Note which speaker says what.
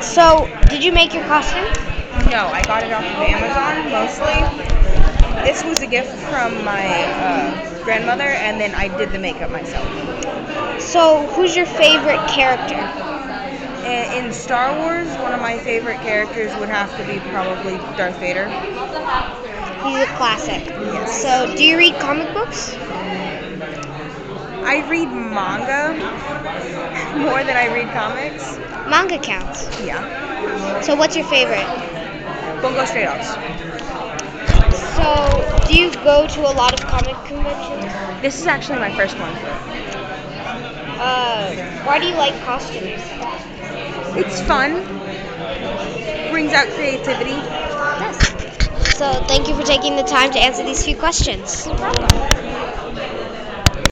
Speaker 1: So, did you make your costume?
Speaker 2: No, I got it off of Amazon mostly. This was a gift from my uh, grandmother, and then I did the makeup myself.
Speaker 1: So, who's your favorite character?
Speaker 2: I- In Star Wars, one of my favorite characters would have to be probably Darth Vader.
Speaker 1: He's a classic. So, do you read comic books?
Speaker 2: I read manga more than I read comics.
Speaker 1: Manga counts.
Speaker 2: Yeah.
Speaker 1: So, what's your favorite?
Speaker 2: Bungo Stray Dogs.
Speaker 1: So, do you go to a lot of comic conventions?
Speaker 2: This is actually my first one.
Speaker 1: Uh, why do you like costumes?
Speaker 2: It's fun. Brings out creativity.
Speaker 1: So, thank you for taking the time to answer these few questions.